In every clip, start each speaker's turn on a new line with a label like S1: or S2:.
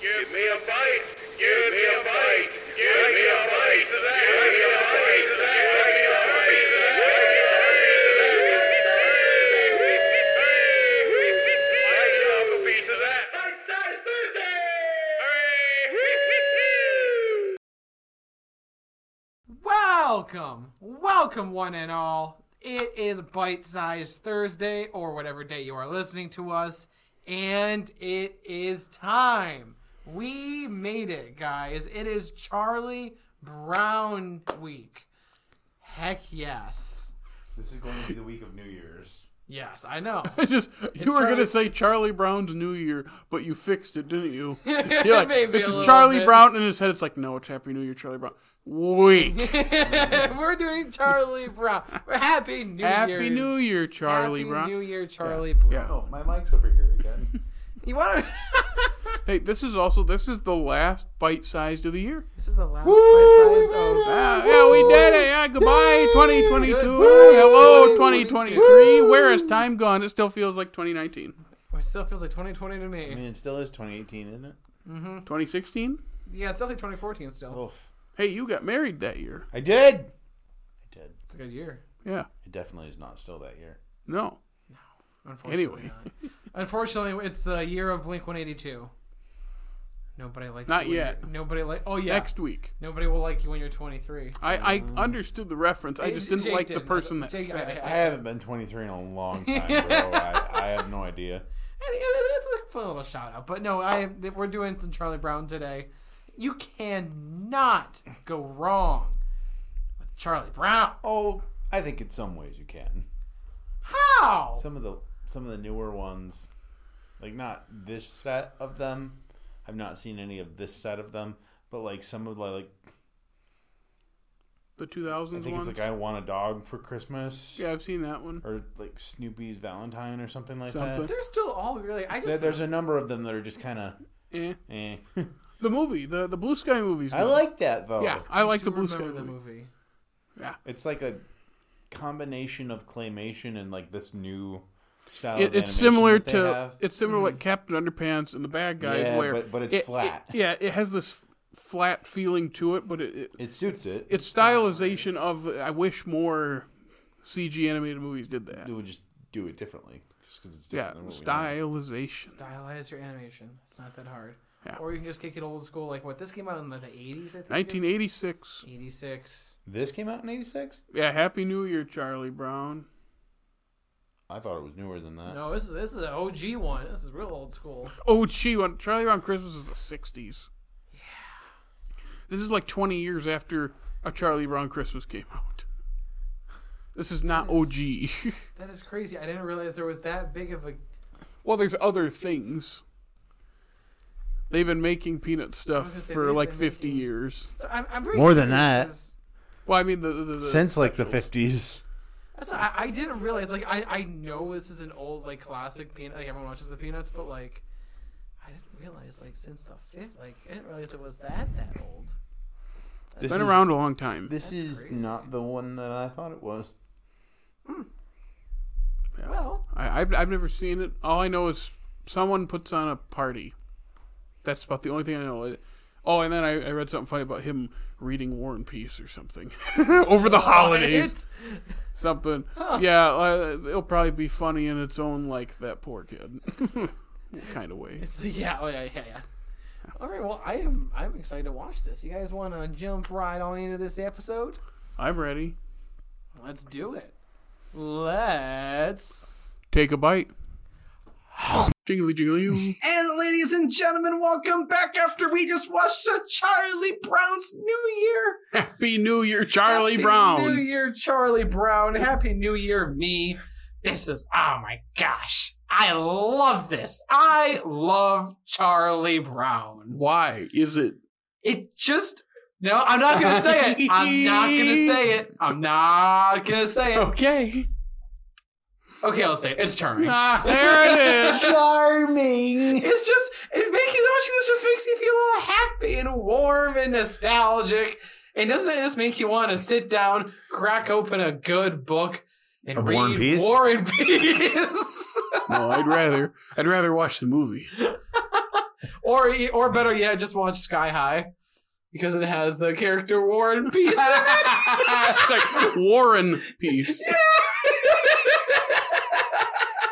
S1: Give me a bite. Give me a bite. Give me a bite. Give me a bite. Give me a bite. Bite-sized Thursday! Hooray!
S2: Welcome, welcome, one and all. It is Bite Size Thursday, or whatever day you are listening to us, and it is time. We made it, guys. It is Charlie Brown Week. Heck yes.
S3: This is going to be the week of New Year's.
S2: Yes, I know.
S4: It's just you were
S2: Charlie-
S4: gonna say Charlie Brown's New Year, but you fixed it, didn't you? You're like,
S2: Maybe a
S4: this is
S2: little
S4: Charlie
S2: bit.
S4: Brown in his head. It's like, no, it's Happy New Year, Charlie Brown. Wait,
S2: We're doing Charlie Brown. We're happy New
S4: Happy
S2: Year's.
S4: New Year, Charlie
S2: happy
S4: Brown.
S2: New Year, Charlie Brown.
S4: Yeah.
S3: Oh, my mic's over here again.
S2: You want to?
S4: Hey, this is also this is the last bite sized of the year.
S2: this is the last Oh, Bite Size of.
S4: Ah, yeah, we did it. Yeah, goodbye, 2022.
S2: Goodbye,
S4: Hello,
S2: 2022.
S4: 2023. Where has time gone? It still feels like 2019.
S2: It still feels like 2020 to me.
S3: I mean, it still is 2018, isn't it?
S4: 2016.
S2: Yeah, it's definitely 2014 still.
S3: Oof.
S4: Hey, you got married that year.
S3: I did. I did.
S2: It's a good year.
S4: Yeah.
S3: It definitely is not still that year.
S4: No.
S2: Unfortunately.
S4: Anyway.
S2: not. unfortunately, it's the year of Blink 182. Nobody likes
S4: Not
S2: you when
S4: yet.
S2: you're- Nobody like. Oh yeah.
S4: Next week.
S2: Nobody will like you when you're 23.
S4: I, I understood the reference. I just
S2: Jake
S4: didn't like the
S2: didn't.
S4: person that
S2: Jake-
S4: said it.
S3: I haven't been 23 in a long time, bro. I, I have no idea.
S2: I think That's a fun little shout out. But no, I we're doing some Charlie Brown today. You cannot go wrong with Charlie Brown.
S3: Oh, I think in some ways you can.
S2: How?
S3: Some of the some of the newer ones, like not this set of them. I've not seen any of this set of them, but like some of the, like
S4: The
S3: I
S4: 2000s
S3: think
S4: one.
S3: it's like I want a dog for Christmas.
S4: yeah, I've seen that one.
S3: Or like Snoopy's Valentine or something like that.
S4: Something.
S2: They're still all really. I
S3: There-
S2: just
S3: There's a number of them that are just kind of
S4: Eh.
S3: eh.
S4: The movie, the the Blue Sky movies.
S3: I like that though.
S4: Yeah, I like
S2: do
S4: the Blue Sky
S2: remember the
S4: movie.
S2: movie.
S3: It's like a combination of claymation and like this new style.
S4: It,
S3: of
S4: it's
S3: animation
S4: similar
S3: that they
S4: to
S3: have.
S4: it's similar
S2: Mm-hmm.
S4: like Captain Underpants and the Bad Guys,
S3: Yeah,
S4: where
S3: but- but it's
S4: it- it-
S3: flat.
S4: yeah, it has this flat feeling to it, but it, it,
S3: It suits it.
S4: it's stylization of. I wish more CG animated movies did that.
S3: It would just do it differently, just because it's
S4: Yeah,
S3: different. than what we know.
S4: stylization.
S2: Stylize your animation. It's not that hard.
S4: Yeah.
S2: Or you can just kick it old school, like what this came out in like, the eighties, I think.
S4: 1986.
S2: Eighty six.
S3: This came out in '86.
S4: Yeah, Happy New Year, Charlie Brown.
S3: I thought it was newer than that.
S2: No, this is this is an OG one. This is real old school.
S4: Oh, gee, when Charlie Brown Christmas is the '60s. Yeah. This is like 20 years after a Charlie Brown Christmas came out. This is not OG.
S2: That is crazy. I didn't realize there was that big of a.
S4: well, there's other things. They've been making peanut stuff
S2: gonna say,
S4: for
S2: they've
S4: like
S2: been
S4: 50
S2: making-
S4: years.
S2: So I'm, I'm very
S3: More than
S2: curious
S3: that.
S2: as-
S4: Well, I mean the the, the,
S3: Since like the '50s.
S2: That's I, I didn't realize. Like I, I know this is an old like classic peanut. Like everyone watches the Peanuts, but like I didn't realize like since the fifth. Like I didn't realize it was that that old.
S3: This
S4: been
S3: is-
S4: around a long time.
S3: This is
S2: crazy.
S3: not the one that I thought it was.
S2: Well,
S4: I, I've I've never seen it. All I know is someone puts on a party. That's about the only thing I know. Oh, and then I, I read something funny about him reading War and Peace or something over the holidays.
S2: it's-
S4: Something. Yeah, uh, it'll probably be funny in its own like that poor kid kind of way.
S2: It's like, yeah, oh yeah, yeah, yeah. All right, well, I am I'm excited to watch this. You guys want to jump right on into this episode?
S4: I'm ready.
S2: Let's do it. Let's.
S4: Take a bite. Jingly jingly.
S2: And ladies and gentlemen, welcome back after we just watched a Charlie Brown's New Year.
S4: Happy New Year, Charlie
S2: Happy
S4: Brown.
S2: New Year, Charlie Brown. Happy New Year, me. This is oh my gosh. I love this. I love Charlie Brown.
S4: Why is it?
S2: It just no. I'm not gonna say it. I'm not gonna say it. I'm not gonna say it.
S4: Okay.
S2: Okay, I'll say it. It's charming.
S4: Ah, there it is.
S3: Charming.
S2: It's just it makes you watching this just makes you feel all happy and warm and nostalgic. And doesn't it just make you want to sit down, crack open a good book, and
S3: Of
S2: read
S3: War and Peace?
S2: War and Peace?
S4: No, I'd rather I'd rather watch the movie.
S2: or e- or better yet, just watch Sky High because it has the character War and Peace. in it.
S4: it's like Warren piece.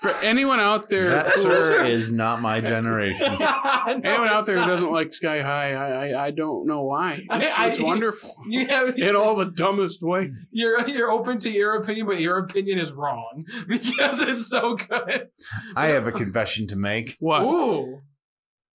S4: For anyone out there,
S3: That,
S4: who-
S3: sir, is not my generation.
S2: No,
S4: anyone out
S2: it's
S4: there
S2: not.
S4: who doesn't like Sky High, I I, I don't know why.
S2: I-
S4: It's,
S2: I-
S4: it's wonderful
S2: you have
S4: in all the dumbest way.
S2: you're you're open to your opinion, but your opinion is wrong because it's so good.
S3: I have a confession to make.
S4: What?
S2: Ooh,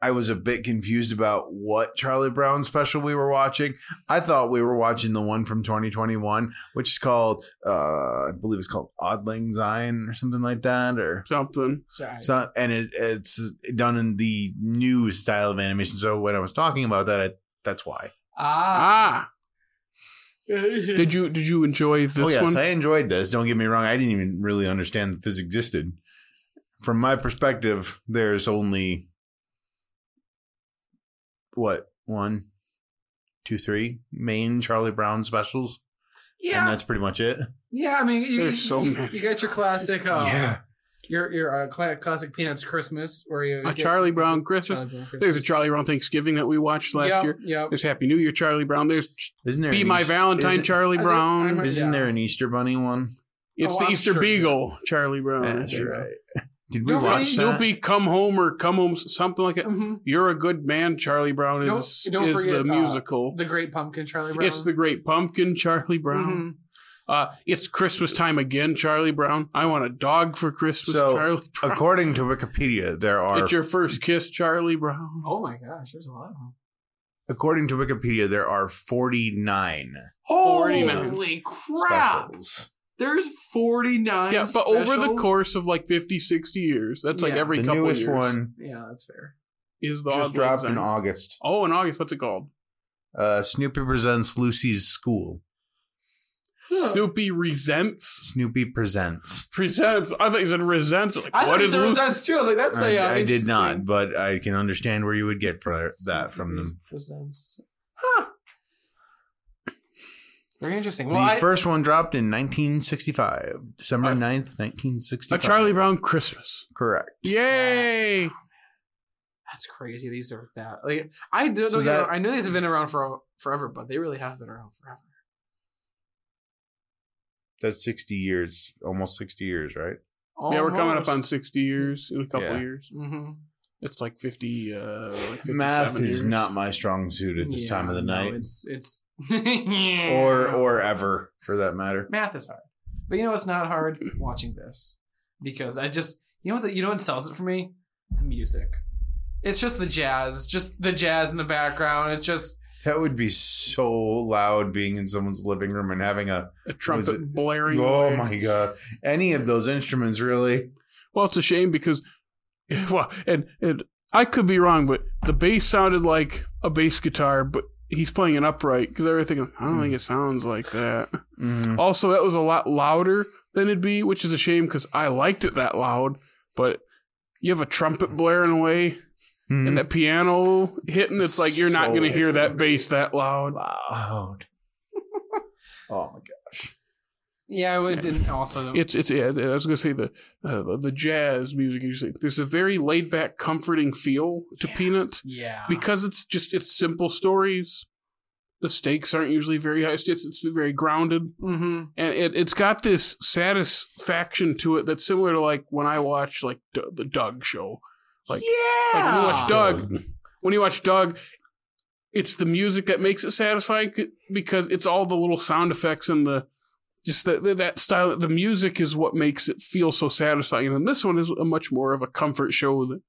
S3: I was a bit confused about what Charlie Brown special we were watching. I thought we were watching the one from 2021, which is called, uh, I believe it's called Oddling Zion or something like that, or
S4: Something.
S2: sorry.
S3: so. And it, it's done in the new style of animation. So when I was talking about that, I, that's why.
S5: Ah,
S4: Ah, did you did you enjoy this
S3: oh yes,
S4: one?
S3: I enjoyed this. Don't get me wrong. I didn't even really understand that this existed. From my perspective, there's only what one, two, three main Charlie Brown specials, and
S2: yeah,
S3: that's pretty much it.
S2: yeah. I mean, you, you,
S4: There's so many.
S2: you got your classic, uh, your your uh, cla classic Peanuts Christmas, where you
S4: A
S2: get-
S4: Charlie Brown Christmas.
S2: Charlie Brown Christmas.
S4: There's a Charlie Brown Thanksgiving that we watched last
S2: Yep,
S4: year.
S2: Yep.
S4: There's Happy New Year, Charlie Brown. There's
S3: Isn't there?
S4: Be
S3: an
S4: My
S3: Eas-
S4: Valentine,
S3: Isn't,
S4: Charlie
S2: I-
S4: Brown.
S2: I'm-
S3: isn't
S2: Yeah.
S3: there an Easter Bunny one?
S4: it's
S2: Oh,
S4: the
S2: I'm
S4: Easter
S2: sure
S4: Beagle, Charlie Brown.
S3: that's right. Did we
S2: Don't
S3: watch
S2: forget-
S3: that?
S4: Snoopy, come home or come home, something like that.
S2: Mhm.
S4: You're a good man, Charlie Brown is
S2: Don't- don't
S4: is
S2: forget,
S4: the
S2: uh,
S4: musical.
S2: The Great Pumpkin, Charlie Brown.
S4: it's the Great Pumpkin, Charlie
S2: Mhm.
S4: Brown. Uh, it's Christmas time again, Charlie Brown. I want a dog for Christmas,
S3: So,
S4: Charlie Brown.
S3: According to Wikipedia, there are
S4: it's your first kiss, Charlie Brown.
S2: Oh my gosh, there's a lot of them.
S3: according to Wikipedia there are 49
S2: Holy
S4: 49.
S2: crap!
S3: specials.
S2: There's 49.
S4: yeah, but over the
S2: specials?
S4: course of like 50, 60 years, that's like
S2: Yeah.
S4: every
S3: the
S4: couple
S3: newest
S4: years.
S3: one
S2: Yeah, that's fair.
S4: is the
S3: just
S4: Odd
S3: dropped
S4: Lodge
S3: in
S4: on-
S3: August.
S4: Oh, in August. What's it called?
S3: Uh, Snoopy presents Lucy's school.
S4: Snoopy resents.
S3: Snoopy presents.
S4: Presents. I thought you said resents. Like,
S2: I
S4: what
S2: thought
S4: is
S2: it
S4: Lucy?
S2: was that's too. I was like, that's
S3: I,
S2: a, uh,
S3: I did not,
S2: interesting-
S3: but I can understand where you would get pr- that from them.
S2: Presents. Huh. Very interesting. Well,
S3: the
S2: I,
S3: first one dropped in 1965, December
S4: Uh,
S3: 9th,
S4: A
S3: 1965.
S4: Charlie Brown Christmas.
S3: Correct.
S4: Yay!
S2: that's crazy. These are that. Like, I do,
S3: So
S2: not
S3: that-
S2: I know these have been around for forever, but they really have been around forever.
S3: That's 60 years, almost 60 years, right?
S4: Yeah, we're coming up on 60 years in a couple
S3: Yeah.
S4: years.
S2: Mm-hmm.
S4: It's like 50. Uh, like 57
S3: Math is
S4: years.
S3: not my strong suit at this time of the
S2: no,
S3: night,
S2: it's it's
S3: or or ever for that matter.
S2: math is hard, but you know it's not hard watching this because I just you know what the, you know what sells it for me the music. It's just the jazz, just the jazz in the background. It's just
S3: That would be so loud being in someone's living room and having a
S4: A
S3: Was it-
S4: trumpet blaring.
S3: oh
S4: away.
S3: my god, any of those instruments really.
S4: Well, it's a shame because, well, and, and I could be wrong, but the bass sounded like a bass guitar, but he's playing an upright because they were thinking, I don't think it sounds like that.
S3: Mhm.
S4: Also, that was a lot louder than it'd be, which is a shame because I liked it that loud. But you have a trumpet blaring away and that piano hitting, it's like you're not
S3: So
S4: going to hear that
S3: loud.
S4: bass that loud.
S3: loud. oh my gosh.
S2: yeah. It didn't also
S4: It's it's yeah, I was going to say the uh, the jazz music. You say there's a very laid back, comforting feel to Peanuts
S2: yeah.
S4: because it's just it's simple stories. The stakes aren't usually very high. It's just, it's very grounded.
S2: mm-hmm.
S4: and it, it's got this satisfaction to it that's similar to like when I watch like D- the Doug show. Like, like when you
S2: Ah.
S4: watch Doug, when you watch Doug, it's the music that makes it satisfying c- because it's all the little sound effects and the just that that style. The music is what makes it feel so satisfying. And then this one is a much more of a comfort show than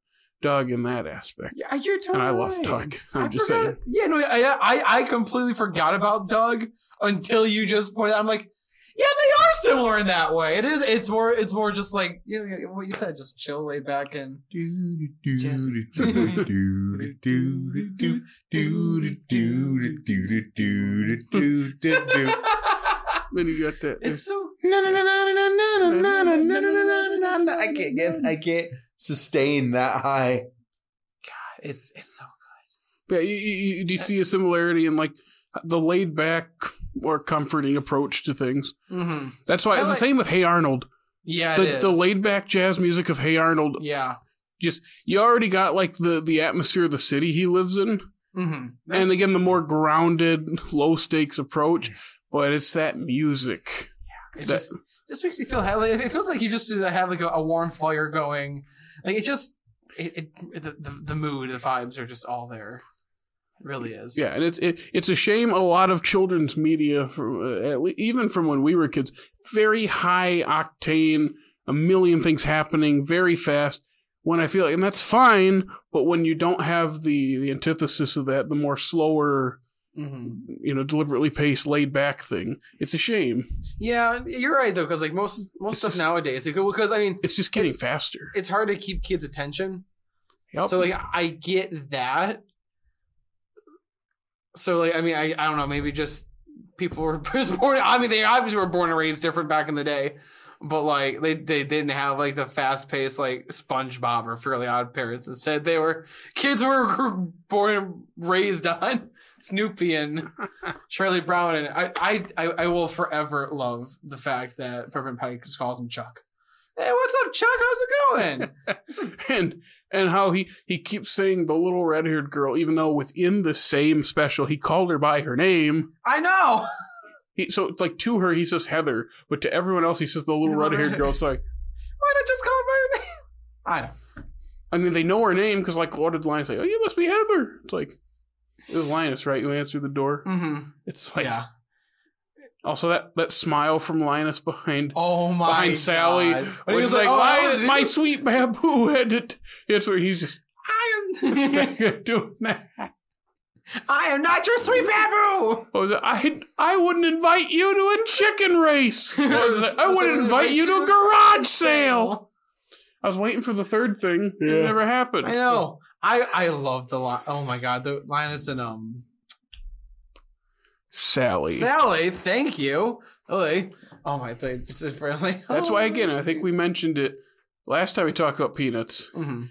S4: Doug in that aspect.
S2: Yeah, you're totally.
S4: And I love
S2: right.
S4: Doug.
S2: I
S4: I'm just
S2: forgot-
S4: saying.
S2: Yeah, no, I, I I completely forgot about Doug until you just pointed. I'm like, yeah, they are similar in that way. It is. It's more. It's more just like you know, what you said, just chill, laid back, and
S3: I
S4: Then you got that.
S2: it's so.
S3: can't get I can't sustain that high.
S2: It's it's so.
S4: Yeah, you, you, you- do you see a similarity in like the laid back or comforting approach to things?
S2: Mm-hmm.
S4: That's why
S2: I
S4: it's
S2: like-
S4: the same with Hey Arnold.
S2: Yeah, it
S4: The, the
S2: is.
S4: laid back jazz music of Hey Arnold
S2: Yeah,
S4: just you already got like the the atmosphere of the city he lives in,
S2: Mm-hmm.
S4: and again the more grounded, low stakes approach. But it's that music.
S2: It
S4: That-
S2: just just makes me feel ha- like It feels like you just uh, have like a, a warm fire going. Like it just it, it, the, the the mood, the vibes are just all there. It really is.
S4: Yeah, and it's it, it's a shame a lot of children's media, from, uh, at le- even from when we were kids, very high octane, a million things happening very fast. When I feel like, and that's fine, but when you don't have the the antithesis of that, the more slower,
S2: hmm
S4: you know, deliberately paced, laid back thing, it's a shame.
S2: Yeah, you're right though, because like most most
S4: It's
S2: stuff
S4: just-
S2: nowadays, because I mean,
S4: It's just getting
S2: It's-
S4: faster.
S2: it's hard to keep kids' attention.
S4: Yep.
S2: So like I get that. So like I mean I, I don't know maybe just people were just born I mean they obviously were born and raised different back in the day, but like they they didn't have like the fast paced like SpongeBob or Fairly Odd Parents. Instead they were kids were born and raised on Snoopy and Charlie Brown and I I I, I will forever love the fact that Peppermint Patty just calls him Chuck. Hey, what's up, Chuck? How's it going?
S4: and and how he he keeps saying the little red haired girl, even though within the same special he called her by her name.
S2: I know.
S4: He, so it's like to her he says Heather, but to everyone else he says the little
S2: Little
S4: red haired girl. It's like
S2: Why not just call it by your name? I know.
S4: I mean they know her name because like what did Linus say? Oh, you must be Heather. It's like it was Linus, right? You answer the door.
S2: Mm-hmm.
S4: It's like
S2: yeah.
S4: also that that smile from Linus behind
S2: Oh my.
S4: behind Sally
S2: God.
S4: when he was like,
S2: "Oh, that
S4: Linus,
S2: was
S4: my
S2: you."
S4: sweet babu had it. It's where he's just
S2: I
S4: doing that.
S2: am. I am not your sweet babu.
S4: What was it? I I wouldn't invite you to a chicken race. What was it? I wouldn't invite you to a garage sale. I was waiting for the third thing.
S3: Yeah.
S4: It never happened.
S2: I know. I I love the line. Oh my god, the Linus and um
S4: Sally.
S2: Sally. Thank you. Really. Oh my thing. Just is friendly.
S4: That's why, again, I think we mentioned it last time we talked about peanuts.
S2: Mhm.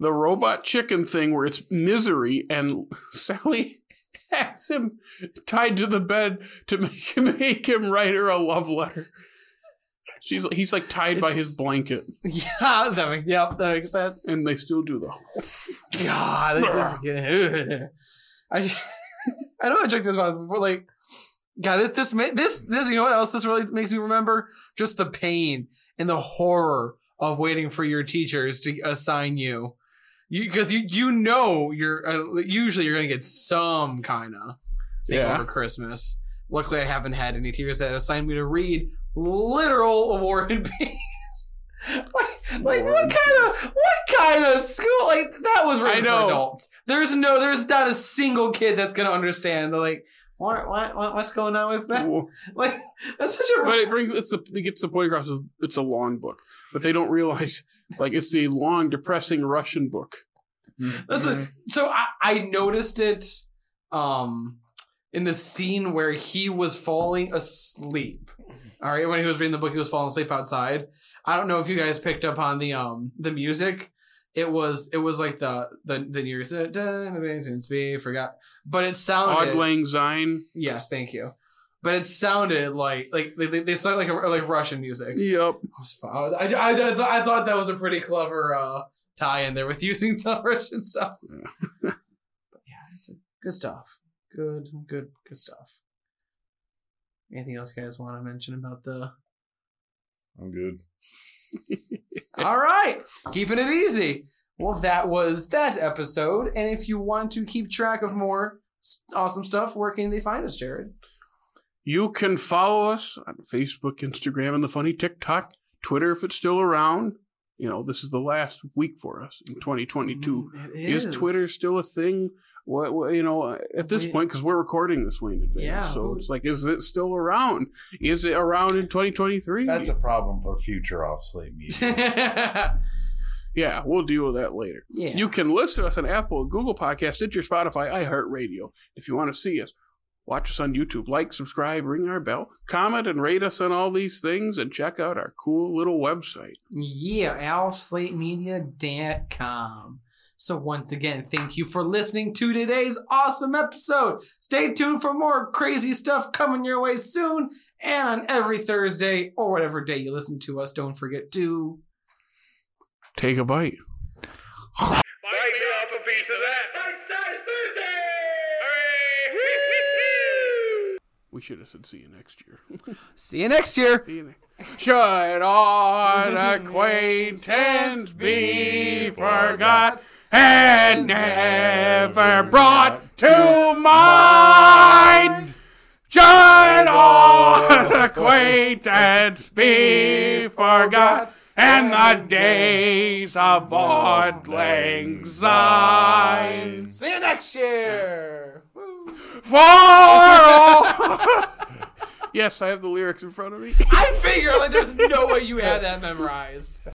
S4: The robot chicken thing where it's misery and Sally has him tied to the bed to make him make him write her a love letter. She's he's like tied by his
S2: It's-
S4: blanket,
S2: Yeah. That makes. Yep. That makes sense.
S4: and they still do the.
S2: God, I just get- I just, I know I joked this about before, like, God, this this ma- this this you know what else this really makes me remember just the pain and the horror of waiting for your teachers to assign you, you because you you know you're uh, usually you're gonna get some kind of thing
S4: Yeah.
S2: over Christmas. Luckily, I haven't had any teachers that assigned me to read literal war and peace. like, like
S4: War
S2: what
S4: and
S2: kind of what kind of school? Like that was
S4: I
S2: written for
S4: know.
S2: adults. There's no, there's not a single kid that's gonna understand. They're like, what, what, what what's going on with that? Like that's such a.
S4: but it brings it's the it gets the point across. is It's a long book, but they don't realize like it's the long, depressing Russian book.
S3: Mm.
S2: That's a, so I, I noticed it um in the scene where he was falling asleep. All right, when he was reading the book, he was falling asleep outside. I don't know if you guys picked up on the um the music. It was it was like the the the nearest be forgot, but Oh, it sounded
S4: Odd Lang Syne.
S2: yes, thank you. But it sounded like like they, they- they sounded like a, like Russian music.
S4: Yep.
S2: I, was fu- I, I, I, th- I thought that was a pretty clever uh, tie in there with using the Russian stuff. but yeah, it's a, good stuff. Good, good, good stuff. Anything else you guys want to mention about the?
S3: I'm good.
S2: All right, keeping it easy. Well, that was that episode. And if you want to keep track of more s- awesome stuff, where can they find us, Jared?
S4: You can follow us on Facebook, Instagram, and the funny TikTok, Twitter if it's still around. You know, this is the last week for us in 2022.
S2: Mm, it
S4: Is Twitter still a thing? What, what you know at this
S2: We-
S4: point because we're recording this way in advance,
S2: Yeah.
S4: so it's like, is it still around? Is it around in 2023?
S3: That's a problem for future off slate media.
S2: yeah.
S4: yeah. We'll deal with that later. You can listen to us on Apple, Google Podcasts, Stitcher, Spotify, iHeartRadio. If you want to see us, watch us on YouTube. Like, subscribe, ring our bell, comment, and rate us on all these things, and check out our cool little website.
S2: Yeah, alfslatemedia.com. So once again, thank you for listening to today's awesome episode. Stay tuned for more crazy stuff coming your way soon. And on every Thursday or whatever day you listen to us, don't forget to
S4: Take a bite.
S1: Bite me off a piece of that. Bite size Thursday. Hooray!
S4: We should have said see you next year.
S5: See you next year.
S4: See you next- Should on acquaintance be forgot and never brought to mind? Should on acquaintance be forgot and the days of Auld signs?
S5: See you next year. Woo.
S4: For all. yes, I have the lyrics in front of me.
S5: I figure like there's no way you had that memorized.